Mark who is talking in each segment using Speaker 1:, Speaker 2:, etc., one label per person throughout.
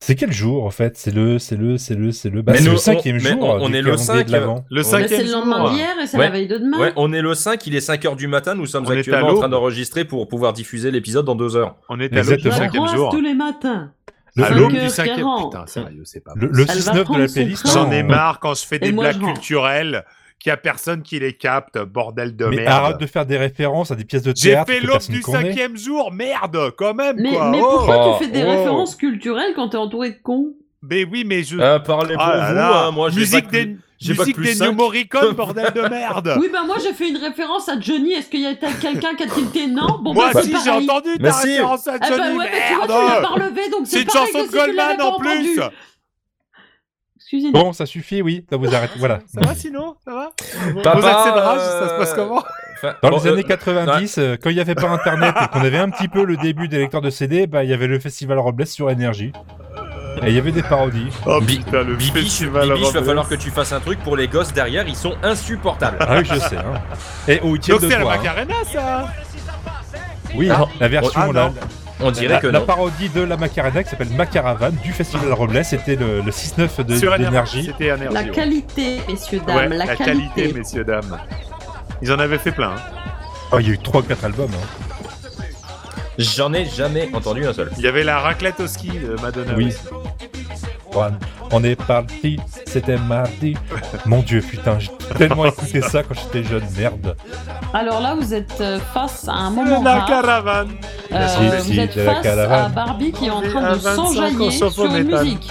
Speaker 1: C'est quel jour en fait C'est le, c'est le, c'est le, c'est le. Bah,
Speaker 2: Mais
Speaker 1: c'est
Speaker 2: nous,
Speaker 1: le cinquième
Speaker 2: on- mais
Speaker 1: jour.
Speaker 2: on- on
Speaker 1: du
Speaker 2: est le
Speaker 1: calendrier
Speaker 2: 5
Speaker 1: de l'avant.
Speaker 2: le
Speaker 3: Bah,
Speaker 2: cinquième
Speaker 3: c'est le lendemain
Speaker 2: jour.
Speaker 3: d'hier et c'est
Speaker 2: Ouais.
Speaker 3: la veille de demain.
Speaker 2: Ouais, on est le 5, il est 5h du matin, nous sommes
Speaker 4: On est à
Speaker 2: actuellement en train
Speaker 4: l'aube.
Speaker 2: d'enregistrer pour pouvoir diffuser l'épisode dans 2 heures.
Speaker 4: On est à l'aube du
Speaker 1: Exactement.
Speaker 3: Je la
Speaker 4: cinquième
Speaker 3: croise
Speaker 4: jour.
Speaker 3: tous les matins.
Speaker 4: À
Speaker 1: Le-
Speaker 4: l'aube
Speaker 3: cinq
Speaker 4: du
Speaker 3: heures
Speaker 4: cinquième.
Speaker 3: quarante.
Speaker 4: Putain, sérieux, c'est pas
Speaker 1: Le,
Speaker 4: possible.
Speaker 1: le
Speaker 3: Elle va
Speaker 1: 6-9 de
Speaker 3: prendre
Speaker 1: la
Speaker 3: son
Speaker 1: playlist.
Speaker 3: train.
Speaker 1: hein.
Speaker 4: J'en ai marre quand je fais des
Speaker 3: moi,
Speaker 4: blagues
Speaker 3: je rentre.
Speaker 4: culturelles, qu'il y a personne qui les capte, bordel de
Speaker 1: Mais
Speaker 4: merde.
Speaker 1: arrête de faire des références à des pièces de
Speaker 4: J'ai
Speaker 1: théâtre.
Speaker 4: fait
Speaker 1: que
Speaker 4: l'aube
Speaker 1: personne
Speaker 4: du
Speaker 1: connaît.
Speaker 4: cinquième jour, merde, quand même,
Speaker 3: Mais,
Speaker 4: quoi.
Speaker 3: mais
Speaker 4: oh.
Speaker 3: pourquoi tu fais des
Speaker 2: oh.
Speaker 3: références culturelles quand t'es entouré de cons
Speaker 4: Mais oui, mais je.
Speaker 2: Ah, parlez pour
Speaker 4: Ah là
Speaker 2: vous,
Speaker 4: là,
Speaker 2: hein, moi j'ai
Speaker 4: musique
Speaker 2: pas
Speaker 4: des,
Speaker 2: plus- j'ai pas
Speaker 4: musique
Speaker 2: plus
Speaker 4: des
Speaker 2: cinq.
Speaker 4: New Morricone, bordel de merde.
Speaker 3: Oui, bah moi j'ai fait une référence à Johnny. Est-ce qu'il y a quelqu'un qui a tilté Non Bon,
Speaker 4: Moi
Speaker 3: bah
Speaker 4: si
Speaker 3: c'est
Speaker 4: j'ai
Speaker 3: pareil.
Speaker 4: entendu
Speaker 2: Mais
Speaker 4: ta
Speaker 2: si.
Speaker 4: référence à
Speaker 3: Ah bah ouais,
Speaker 4: Johnny,
Speaker 3: mais tu vois, tu l'as pas
Speaker 4: merde.
Speaker 3: relevé, donc
Speaker 4: C'est
Speaker 3: c'est
Speaker 4: une
Speaker 3: pareil
Speaker 4: chanson
Speaker 3: que
Speaker 4: de
Speaker 3: si tu l'avais
Speaker 4: Goldman
Speaker 3: pas
Speaker 4: en plus.
Speaker 3: entendu. Excusez-moi.
Speaker 1: Bon, ça suffit, oui. Là, vous arrêtez. Voilà.
Speaker 4: Ça va sinon Ça va
Speaker 2: Papa,
Speaker 4: Vos accélérages,
Speaker 2: euh,
Speaker 4: ça se passe comment
Speaker 2: Enfin,
Speaker 1: Dans
Speaker 2: bon,
Speaker 1: les années
Speaker 2: euh,
Speaker 1: 90, euh, quand il n'y avait pas Internet et qu'on avait un petit peu le début des lecteurs de CD, bah, il y avait le festival Robles sur énergie. Et il y avait des parodies.
Speaker 4: Oh
Speaker 2: Bi-
Speaker 4: putain, le
Speaker 2: Bibiche,
Speaker 4: festival
Speaker 2: Bibiche, va
Speaker 4: avant-
Speaker 2: falloir que tu fasses un truc pour les gosses derrière, ils sont insupportables.
Speaker 1: Ah oui, je sais. Hein. Et au week-end
Speaker 4: Donc
Speaker 1: de
Speaker 4: c'est la
Speaker 1: toi. hein.
Speaker 4: Macarena ça
Speaker 1: Oui,
Speaker 2: Ah.
Speaker 1: la version
Speaker 4: Ah, non.
Speaker 1: là,
Speaker 2: On
Speaker 1: la,
Speaker 2: dirait que
Speaker 1: la
Speaker 2: non.
Speaker 1: parodie de la Macarena qui s'appelle Macaravane du festival Robles. C'était le, le 6-9
Speaker 4: Sur
Speaker 1: de-
Speaker 4: NRJ,
Speaker 1: d'énergie.
Speaker 4: C'était énergie.
Speaker 3: La
Speaker 4: ouais.
Speaker 3: qualité, messieurs, dames,
Speaker 4: Ouais,
Speaker 3: la,
Speaker 4: la
Speaker 3: qualité.
Speaker 4: qualité, messieurs, dames. Ils en avaient fait plein. hein.
Speaker 1: Oh, il y a eu 3-4 albums. hein.
Speaker 2: J'en ai jamais entendu un seul.
Speaker 4: Il y avait la raclette au ski de Madonna.
Speaker 1: Oui.
Speaker 4: aussi.
Speaker 1: Juan, On est parti, c'était mardi. Mon dieu, putain, j'ai tellement écouté ça quand j'étais jeune, merde.
Speaker 3: Alors là, vous êtes euh, face à un moment hein.
Speaker 4: La
Speaker 3: rare.
Speaker 4: caravane
Speaker 3: Euh,
Speaker 1: Si, si,
Speaker 3: vous êtes
Speaker 1: de la
Speaker 3: face
Speaker 1: caravane.
Speaker 3: à Barbie qui est en
Speaker 4: On est
Speaker 3: train
Speaker 4: à
Speaker 3: de
Speaker 4: 25
Speaker 3: s'enjailler
Speaker 4: au chauffe au
Speaker 3: sur une
Speaker 4: métal.
Speaker 3: musique.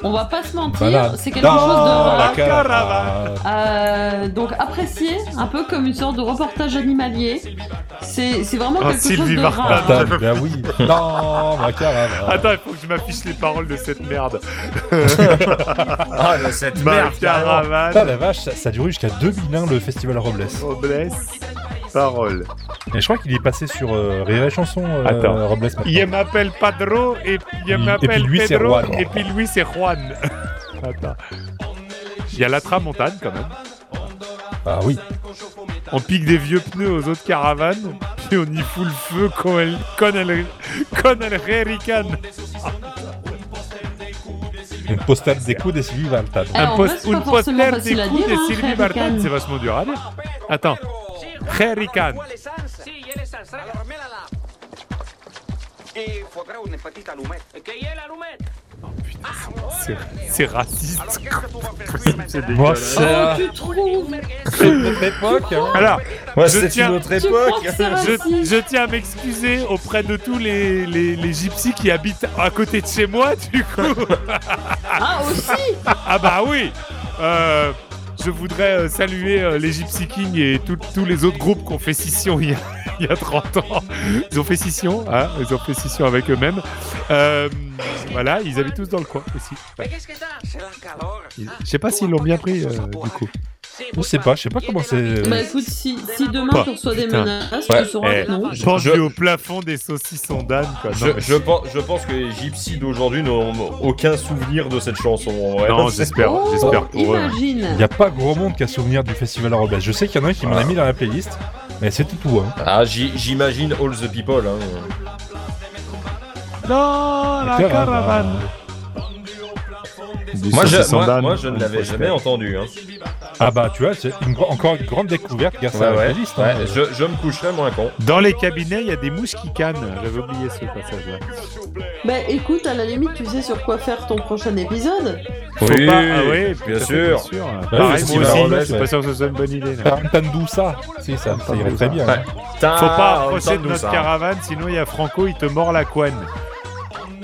Speaker 3: On va pas se mentir,
Speaker 1: Voilà.
Speaker 3: c'est quelque
Speaker 1: Dans
Speaker 3: chose de
Speaker 4: la
Speaker 3: rare.
Speaker 4: caravane.
Speaker 3: Euh, donc apprécié, un peu comme une sorte de reportage animalier. C'est c'est vraiment
Speaker 4: Ah,
Speaker 3: quelque
Speaker 4: Sylvie
Speaker 3: chose de
Speaker 4: Vartan.
Speaker 3: rare. Oh,
Speaker 1: Putain, bah oui. Non, ma caravane.
Speaker 4: Attends, il faut que je m'affiche les paroles de cette merde.
Speaker 2: Ah, là, cette
Speaker 4: Ma
Speaker 2: merde, carrément.
Speaker 1: Putain,
Speaker 4: caravane,
Speaker 1: la vache, ça, ça a duré jusqu'à 2001 le festival Robles.
Speaker 4: Robles, parole.
Speaker 1: Et je crois qu'il est passé sur euh, Rire et Chanson euh,
Speaker 4: Attends.
Speaker 1: Robles. maintenant.
Speaker 4: Il m'appelle Padro et
Speaker 1: Et
Speaker 4: il m'appelle
Speaker 1: puis lui, c'est
Speaker 4: Pedro
Speaker 1: Juan.
Speaker 4: et puis lui c'est Juan. Attends. Il y a la tramontane quand même.
Speaker 1: Ah oui.
Speaker 4: On pique des vieux pneus aux autres caravanes, puis on y fout le feu con el, con el, con el jerrycan.
Speaker 1: Une postale des coups des Sylvie Valtan.
Speaker 3: Alors,
Speaker 4: un
Speaker 3: en vrai,
Speaker 4: post-
Speaker 3: c'est pas
Speaker 4: une
Speaker 3: forcément
Speaker 4: poster des
Speaker 3: facile à
Speaker 4: coups
Speaker 3: dire,
Speaker 4: de
Speaker 3: hein,
Speaker 4: Sylvie
Speaker 3: jerrycan.
Speaker 4: Vartan. C'est vachement dur à dire. Attends. Jerrycan. C'est- C'est raciste. C'est
Speaker 1: Moi,
Speaker 4: dégueulasse.
Speaker 3: Oh,
Speaker 1: c'est
Speaker 3: tu trouves
Speaker 1: notre époque. hein.
Speaker 4: Alors,
Speaker 2: Moi,
Speaker 4: Je
Speaker 2: c'est
Speaker 4: tiens-
Speaker 2: une autre
Speaker 3: Tu crois
Speaker 2: époque.
Speaker 3: que c'est
Speaker 4: je,
Speaker 3: raciste
Speaker 4: je tiens à m'excuser auprès de tous les, les, les gypsies qui habitent à côté de chez moi, du coup.
Speaker 3: Ah aussi
Speaker 4: Ah bah oui Euh, Je voudrais euh, saluer euh, les Gypsy Kings et tout- tous les autres groupes qui ont fait scission il y a, il y a 30 ans. Ils ont fait scission, hein, ils ont fait scission avec eux-mêmes. Euh, voilà, ils avaient tous dans le coin aussi. Ils- Je sais pas s'ils l'ont bien pris, euh, du coup.
Speaker 1: Je sais pas, je sais pas comment c'est.
Speaker 3: Bah écoute, si, si demain
Speaker 4: Pas.
Speaker 3: tu reçois des
Speaker 4: Putain.
Speaker 3: menaces,
Speaker 2: Ouais.
Speaker 3: tu sauras
Speaker 4: Eh.
Speaker 3: que non.
Speaker 4: Penche
Speaker 2: je-
Speaker 4: au plafond des saucissons d'âne, quoi. Non,
Speaker 2: Je,
Speaker 4: mais-
Speaker 2: je pense, je pense que les gypsies d'aujourd'hui n'ont aucun souvenir de cette chanson. en vrai.
Speaker 4: Non, j'espère,
Speaker 3: Oh,
Speaker 4: j'espère pour eux.
Speaker 3: imagine
Speaker 1: Il n'y a pas gros monde qui a souvenir du festival Robles. Je sais qu'il y en a un qui m'en a mis dans la playlist, mais c'est tout. Hein.
Speaker 2: Ah, j'y- j'imagine All the People. hein.
Speaker 4: Non, la
Speaker 1: hein.
Speaker 4: caravane. euh,
Speaker 2: Moi, je, moi, moi, je ne l'avais jamais entendu. hein.
Speaker 1: Ah bah tu vois, c'est une gro- encore une grande découverte grâce à la
Speaker 2: Ouais, ouais.
Speaker 1: playlist. hein.
Speaker 2: Ouais, je, je me coucherai moins con.
Speaker 4: Dans les cabinets, il y a des mouches qui cannent. J'avais oublié ce passage-là.
Speaker 3: Bah écoute, à la limite, tu sais sur quoi faire ton prochain épisode.
Speaker 4: Faut
Speaker 2: Oui,
Speaker 4: pas... ah ouais,
Speaker 2: bien
Speaker 4: tout à fait, Bah
Speaker 2: sûr.
Speaker 4: Pareil,
Speaker 1: Bah oui,
Speaker 4: moi
Speaker 1: c'est
Speaker 4: aussi,
Speaker 1: Barolès,
Speaker 4: je suis
Speaker 1: ouais.
Speaker 4: pas sûr que ce soit une bonne idée. là.
Speaker 1: Tandousa, si ça, ça irait très bien. hein.
Speaker 2: Faut
Speaker 4: Faut pas approcher
Speaker 1: Ah,
Speaker 4: de notre caravane, sinon il y a Franco, il te mord la couenne.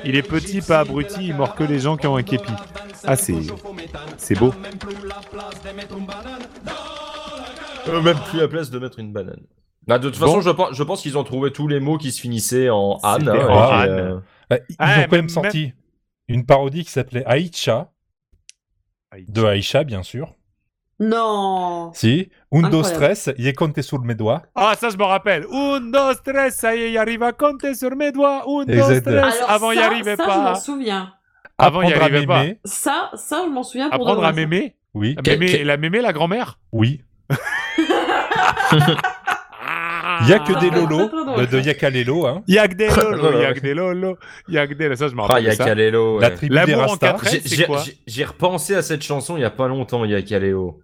Speaker 4: Il est petit, pas abruti, il mord que les gens qui ont un képi. Ah, c'est. C'est beau.
Speaker 2: même plus la place de mettre une banane. Bah, de toute façon, je pense, je pense qu'ils ont trouvé tous les mots qui se finissaient en âne.
Speaker 4: C'était
Speaker 2: hein,
Speaker 4: en
Speaker 2: et,
Speaker 4: âne.
Speaker 2: euh,
Speaker 1: Bah, ils
Speaker 4: Ah,
Speaker 1: ont
Speaker 4: mais
Speaker 1: quand même
Speaker 4: même-
Speaker 1: sorti une parodie qui s'appelait Aïcha, de Aïcha bien sûr.
Speaker 3: Non
Speaker 1: Si, Undo
Speaker 3: Incroyable.
Speaker 1: Stress, Ye Conte sur le Médois.
Speaker 4: Ah, ça, je me rappelle. Un, dos, tres, ça y est, il arrive à compter sur mes doigts. Un, dos,
Speaker 1: Exact.
Speaker 4: tres.
Speaker 3: Alors
Speaker 4: Avant, il n'y
Speaker 3: ça,
Speaker 4: arrivait
Speaker 3: ça, je m'en
Speaker 4: pas.
Speaker 3: souviens.
Speaker 4: Avant, il n'y
Speaker 1: Apprendre à
Speaker 4: arrivait pas.
Speaker 1: m'aimer.
Speaker 3: Ça, ça, je m'en souviens pour de
Speaker 4: Apprendre
Speaker 3: vrai.
Speaker 4: à mémé.
Speaker 1: Oui,
Speaker 4: Mémé- La mémé, la grand-mère
Speaker 1: oui. Il n'y a que des
Speaker 3: Ah.
Speaker 1: lolos,
Speaker 3: Très drôle,
Speaker 1: de, de
Speaker 3: ça.
Speaker 1: Yaka Lelo, hein.
Speaker 4: Y'a que des lolos,
Speaker 2: Ouais,
Speaker 4: y'a
Speaker 2: ouais.
Speaker 4: que des lolos, y'a que des lolos. Ça, je m'en
Speaker 2: Ah,
Speaker 4: rappelle. de ça.
Speaker 2: Yakalelo.
Speaker 1: la
Speaker 2: ouais.
Speaker 1: tribu des
Speaker 4: L'amour en
Speaker 1: Rastas.
Speaker 4: quatre- Après,
Speaker 2: J'ai-
Speaker 4: c'est
Speaker 2: j'ai-
Speaker 4: quoi
Speaker 2: j'ai- J'ai repensé à cette chanson il y a pas longtemps, Yakaleo.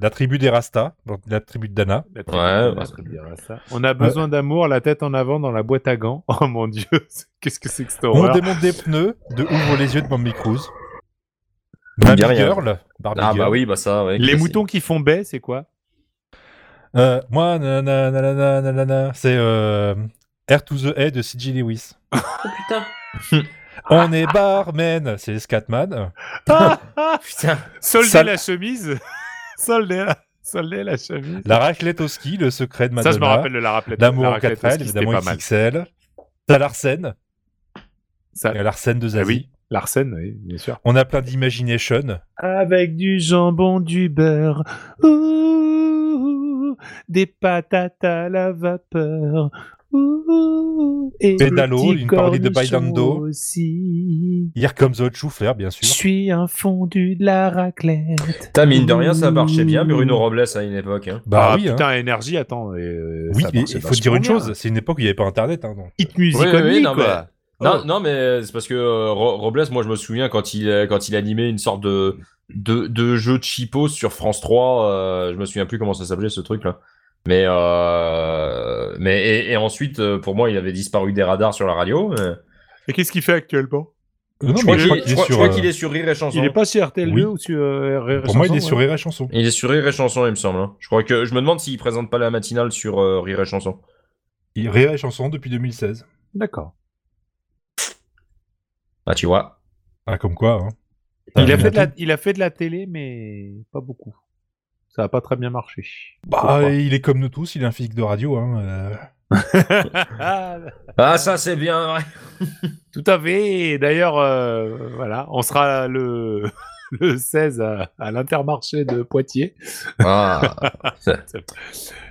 Speaker 1: La tribu des Rastas, donc la tribu de Dana.
Speaker 4: La tribu,
Speaker 2: Ouais,
Speaker 4: la
Speaker 2: bah,
Speaker 4: tribu. On a besoin d'amour, la tête en avant dans la boîte à gants. Oh mon dieu, qu'est-ce que c'est que cette
Speaker 1: On
Speaker 2: Oh,
Speaker 4: horreur
Speaker 1: démonte des pneus de Ouvre les yeux de Bambi Cruz.
Speaker 2: me
Speaker 1: Barbie
Speaker 2: dit rien.
Speaker 1: Girl. Barbie
Speaker 2: Ah, bah
Speaker 1: Girl.
Speaker 2: oui, bah ça, ouais.
Speaker 4: Les
Speaker 2: classique.
Speaker 4: moutons qui font baie, c'est quoi
Speaker 1: Euh, moi, nanana, nanana, nanana, c'est euh, Air to the Head de C.G. Lewis.
Speaker 3: Oh putain.
Speaker 1: On est barman, c'est les Scatman.
Speaker 2: Putain.
Speaker 4: Solder
Speaker 1: Ça-
Speaker 4: Ah la chemise Solder la... solder la chemise
Speaker 1: La raclette au ski, le secret de
Speaker 4: Ça, je me
Speaker 1: Madonna.
Speaker 4: rappelle de la raclette.
Speaker 1: L'amour
Speaker 4: La
Speaker 1: en
Speaker 4: raclette
Speaker 1: 4 ailes,
Speaker 4: aussi, c'était
Speaker 1: évidemment,
Speaker 4: pas mal.
Speaker 1: XXL. T'as Larsen,
Speaker 4: Ça-
Speaker 1: et Larsen de
Speaker 4: Ah
Speaker 1: Zazie.
Speaker 4: oui, Larsen, oui, bien sûr.
Speaker 1: On a plein d'imagination.
Speaker 4: Avec du jambon, du beurre, ouh, des patates à la vapeur, ouh, et des
Speaker 1: Pédalo,
Speaker 4: petits
Speaker 1: une parodie de Bailando.
Speaker 4: cornichons aussi.
Speaker 1: Here comes the Chouffer, bien sûr.
Speaker 4: suis un fondu de la raclette.
Speaker 2: Putain, mine de rien, ça marchait bien, Bruno Robles, à une époque. hein.
Speaker 1: Bah oui, hein.
Speaker 4: Ah, putain, énergie, attends. euh,
Speaker 1: Oui,
Speaker 4: ça
Speaker 1: mais
Speaker 4: marchait
Speaker 1: il faut dire une
Speaker 4: vachement bien.
Speaker 1: chose, c'est une époque où il n'y avait pas Internet. Hein, donc.
Speaker 4: Hit music
Speaker 2: Oui, oui,
Speaker 4: only,
Speaker 2: non, bah.
Speaker 4: quoi.
Speaker 1: Oh.
Speaker 2: Non, non, mais c'est parce que euh, Ro- Robles, moi je me souviens quand il, euh, quand il animait une sorte de, de, de jeu de chipos sur France 3, euh, je me souviens plus comment ça s'appelait ce truc là. Mais, euh, mais et, et ensuite, euh, pour moi, il avait disparu des radars sur la radio. mais-
Speaker 4: Et qu'est-ce qu'il fait actuellement
Speaker 1: Non,
Speaker 2: je
Speaker 1: mais
Speaker 2: crois
Speaker 1: je
Speaker 2: qu'il
Speaker 1: crois
Speaker 2: je
Speaker 1: qu'il est
Speaker 2: crois- je
Speaker 1: sur.
Speaker 2: crois
Speaker 1: euh,
Speaker 2: qu'il est sur Rire et Chanson.
Speaker 4: Il est pas sur RTL2
Speaker 1: Oui.
Speaker 4: ou sur euh, RR
Speaker 1: Pour moi, il est
Speaker 4: Chanson,
Speaker 1: sur
Speaker 4: ouais.
Speaker 1: Rire et Chanson.
Speaker 2: Il est sur Rire et Chanson, il me semble. hein. Je crois que je me demande s'il présente pas la matinale sur euh, Rire et Chanson.
Speaker 1: Il- Rire et Chanson depuis 2016.
Speaker 4: D'accord.
Speaker 2: Ah, tu vois.
Speaker 1: Ah, comme quoi. hein.
Speaker 4: Il, a
Speaker 1: Putain,
Speaker 4: fait de la-
Speaker 1: tout-
Speaker 4: il a fait de la télé, mais pas beaucoup. Ça a pas très bien marché.
Speaker 1: Bah, il est comme nous tous, il est un physique de radio. Hein, euh.
Speaker 2: Ah, ça c'est bien. ouais.
Speaker 4: Tout à fait. Et D'ailleurs, euh, voilà, on sera le, le 16 à, à l'Intermarché de Poitiers.
Speaker 2: Ah,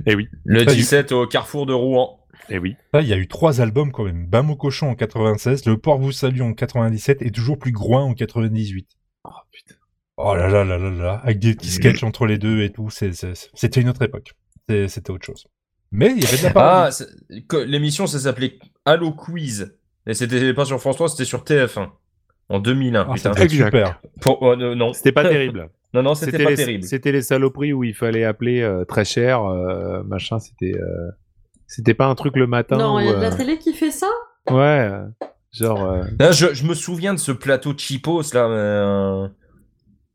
Speaker 4: Et oui,
Speaker 2: le
Speaker 1: Eh Salut.
Speaker 2: 17 au carrefour de Rouen.
Speaker 4: et Eh oui.
Speaker 1: Là, il y a eu trois albums quand même. Bam au cochon en 96, Le port vous salue en 97 et toujours plus groin en 98.
Speaker 4: Oh, putain.
Speaker 1: Oh là là là là là, avec des petits sketchs entre les deux et tout, c'est- c'est- c'était une autre époque. C'est- C'était autre chose. Mais il y avait de la
Speaker 2: Ah,
Speaker 1: parodie.
Speaker 2: c'est- que- l'émission, ça s'appelait Allo Quiz. Et c'était pas sur France 3, c'était sur TF1. En 2001,
Speaker 1: Ah, ça
Speaker 2: putain.
Speaker 1: devait être
Speaker 4: Exact.
Speaker 1: super.
Speaker 2: Pour- oh, non, non.
Speaker 4: C'était pas terrible.
Speaker 2: Non, non, c'était pas
Speaker 4: les,
Speaker 2: terrible.
Speaker 4: C'était les saloperies où il fallait appeler euh, très cher, euh, machin. C'était, euh, c'était pas un truc le matin.
Speaker 3: non,
Speaker 4: où,
Speaker 3: il y a de la
Speaker 4: euh,
Speaker 3: télé qui fait ça
Speaker 4: Ouais, euh, genre. euh,
Speaker 2: Là, je, je me souviens de ce plateau de Chipos, là. mais, euh,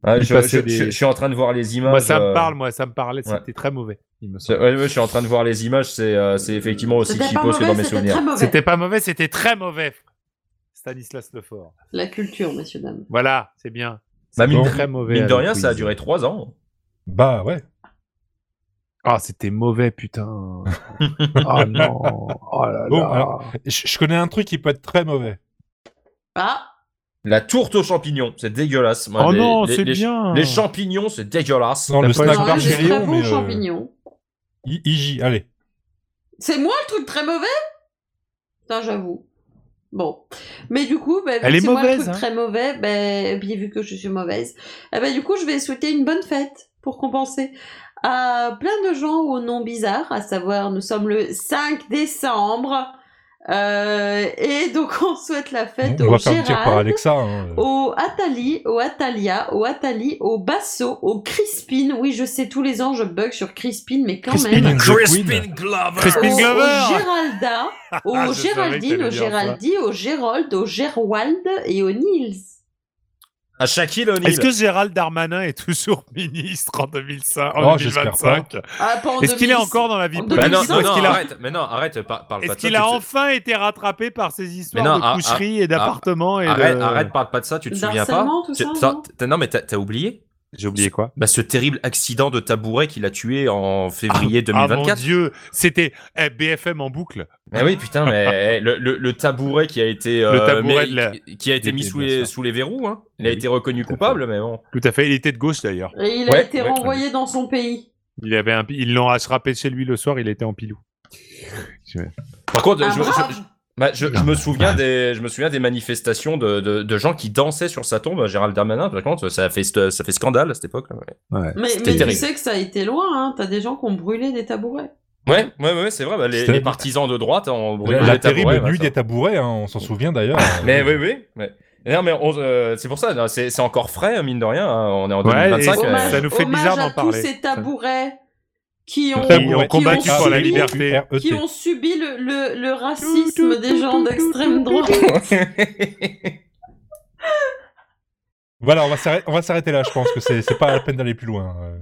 Speaker 2: ah,
Speaker 4: Il
Speaker 2: je,
Speaker 4: passait
Speaker 2: je-
Speaker 4: des-
Speaker 2: je- je suis en train de voir les images.
Speaker 4: Moi, ça
Speaker 2: euh,
Speaker 4: me parle, moi, ça me parlait.
Speaker 2: ouais.
Speaker 4: C'était très mauvais. il me
Speaker 2: c'est-
Speaker 4: semble.
Speaker 2: Ouais, ouais, je suis en train de voir les images, c'est euh, c'est effectivement aussi
Speaker 3: C'était pas
Speaker 2: Chipos que dans mes
Speaker 3: mauvais, c'était
Speaker 2: souvenirs.
Speaker 3: très mauvais.
Speaker 4: C'était pas mauvais, c'était très mauvais. Stanislas Lefort.
Speaker 3: La culture, messieurs, dames.
Speaker 4: Voilà, c'est bien.
Speaker 2: Bah, mine,
Speaker 1: Bon.
Speaker 4: Très mauvais.
Speaker 2: mine de
Speaker 4: à
Speaker 2: rien,
Speaker 4: Louise.
Speaker 2: ça a duré 3 ans.
Speaker 1: Bah ouais.
Speaker 4: Ah, c'était mauvais, putain. oh non. Oh là
Speaker 1: Bon,
Speaker 4: là.
Speaker 1: alors- Je, je connais un truc qui peut être très mauvais.
Speaker 3: Ah,
Speaker 2: La tourte aux champignons, c'est dégueulasse. Moi,
Speaker 4: oh
Speaker 2: les-
Speaker 4: non,
Speaker 2: les-
Speaker 4: c'est
Speaker 2: les-
Speaker 4: bien.
Speaker 2: Les champignons, c'est dégueulasse.
Speaker 1: Non,
Speaker 4: T'as
Speaker 1: le
Speaker 4: pas
Speaker 1: snack
Speaker 4: eu-
Speaker 1: bar
Speaker 3: j'ai
Speaker 1: chez
Speaker 3: des très
Speaker 1: Léon,
Speaker 3: bons
Speaker 1: mais. euh,
Speaker 3: champignons.
Speaker 1: I- IJ, allez.
Speaker 3: C'est moi le truc très mauvais Putain, j'avoue. Bon. Mais du coup, ben, vu
Speaker 4: Elle
Speaker 3: que
Speaker 4: est
Speaker 3: c'est moi le
Speaker 4: mauvaise,
Speaker 3: truc
Speaker 4: hein.
Speaker 3: très mauvais, ben, et puis vu que je suis mauvaise, eh ben, du coup, je vais souhaiter une bonne fête pour compenser à plein de gens aux noms bizarres, à savoir, nous sommes le 5 décembre. Euh, et donc, on souhaite la fête
Speaker 1: on
Speaker 3: au
Speaker 1: va faire un tir par
Speaker 3: Gérald, Oh,
Speaker 1: Alexa. hein.
Speaker 3: au Atali, au Atalia, au Atali, au Basso, au Crispin. Oui, je sais, tous les ans, je bug sur Crispin, mais quand
Speaker 1: Crispin
Speaker 3: même
Speaker 1: and the Queen.
Speaker 2: Glover.
Speaker 4: Crispin
Speaker 3: au,
Speaker 4: Glover.
Speaker 3: au Géralda,
Speaker 4: Ah, Je
Speaker 3: au
Speaker 4: savais que
Speaker 3: Géraldine,
Speaker 4: t'allais
Speaker 3: au
Speaker 4: dire ça.
Speaker 3: Géraldi, au Gérold, au Gerwald et au Nils.
Speaker 2: À Shaquille O'Neal.
Speaker 4: Est-ce que Gérald Darmanin est toujours ministre en 2005, en
Speaker 1: Oh, j'espère
Speaker 4: 2025
Speaker 3: Ah, pas en
Speaker 4: Est-ce qu'il est
Speaker 3: 2006.
Speaker 4: encore dans la vie
Speaker 3: En
Speaker 2: Bah
Speaker 4: politique
Speaker 2: non,
Speaker 4: Est-ce
Speaker 2: non, non,
Speaker 4: qu'il a,
Speaker 2: arrête, mais non, arrête, euh, par- parle pas
Speaker 4: est-ce
Speaker 2: de ça.
Speaker 4: qu'il a
Speaker 2: tu te-
Speaker 4: enfin été rattrapé par ces histoires
Speaker 2: non,
Speaker 4: de
Speaker 2: ah,
Speaker 4: coucherie et d'appartements et
Speaker 2: Arrête,
Speaker 4: de-
Speaker 2: arrête, parle pas de ça, tu te souviens pas.
Speaker 3: D'harcèlement, tout
Speaker 2: Tu-
Speaker 3: ça,
Speaker 2: t'as-
Speaker 3: non
Speaker 2: t'as- non, mais t'as t'as oublié
Speaker 4: J'ai oublié quoi
Speaker 2: bah, ce terrible accident de tabouret qui l'a tué en février
Speaker 4: Ah mon
Speaker 2: 2024.
Speaker 4: dieu, c'était eh, BFM en boucle.
Speaker 2: mais oui, putain, mais eh, le, le- le tabouret qui a été, euh,
Speaker 4: Le tabouret
Speaker 2: mais-
Speaker 4: de la-
Speaker 2: qui- qui a été
Speaker 4: Des-
Speaker 2: mis
Speaker 4: des-
Speaker 2: sous
Speaker 4: bien
Speaker 2: les,
Speaker 4: sûr.
Speaker 2: sous les verrous, hein. Il a
Speaker 4: Oui,
Speaker 2: été reconnu
Speaker 4: tout à fait.
Speaker 2: coupable, mais bon.
Speaker 4: Tout à fait, il était de gauche d'ailleurs.
Speaker 3: Et il a
Speaker 2: Ouais,
Speaker 3: été
Speaker 2: ouais.
Speaker 3: renvoyé dans son pays.
Speaker 4: Il avait un, pi- ils l'ont attrapé chez lui le soir, il était en pilou.
Speaker 2: Par contre,
Speaker 3: Un
Speaker 2: je,
Speaker 3: Ah, brave.
Speaker 2: je- Bah, je, je me souviens des, je me souviens des manifestations de, de, de gens qui dansaient sur sa tombe. Gérald Darmanin, par contre, ça a fait, st- ça fait scandale à cette époque. hein.
Speaker 3: mais
Speaker 2: c'était
Speaker 3: mais tu
Speaker 2: terrible.
Speaker 3: sais que ça a été loin, hein. T'as des gens qui ont brûlé des tabourets.
Speaker 2: Ouais, ouais, ouais, c'est vrai. bah, les,
Speaker 1: C'était-
Speaker 2: les partisans de droite ont brûlé
Speaker 1: La,
Speaker 2: les
Speaker 1: la
Speaker 2: tabourets,
Speaker 1: terrible
Speaker 2: ouais,
Speaker 1: nuit
Speaker 2: ça.
Speaker 1: des tabourets, hein, on s'en souvient d'ailleurs.
Speaker 2: Mais oui, oui. ouais. Non, mais on- euh, c'est pour ça, non, c'est c'est encore frais, mine de rien. hein, On est en
Speaker 4: Ouais, et
Speaker 2: 2025.
Speaker 4: c'est-
Speaker 2: euh,
Speaker 3: Hommage,
Speaker 4: ça nous fait
Speaker 3: hommage
Speaker 4: bizarre
Speaker 3: à
Speaker 4: d'en parler.
Speaker 3: tous ces tabourets qui ont,
Speaker 1: Qui
Speaker 4: Ils ont
Speaker 1: Ouais.
Speaker 4: combattu
Speaker 1: Ah,
Speaker 4: pour la
Speaker 1: oui.
Speaker 4: liberté.
Speaker 1: R.E.T..
Speaker 3: qui ont subi le, le- le racisme des gens d'extrême droite.
Speaker 1: Voilà, on va s'arrêter- on va s'arrêter là, je pense que c'est c'est pas la peine d'aller plus loin. euh.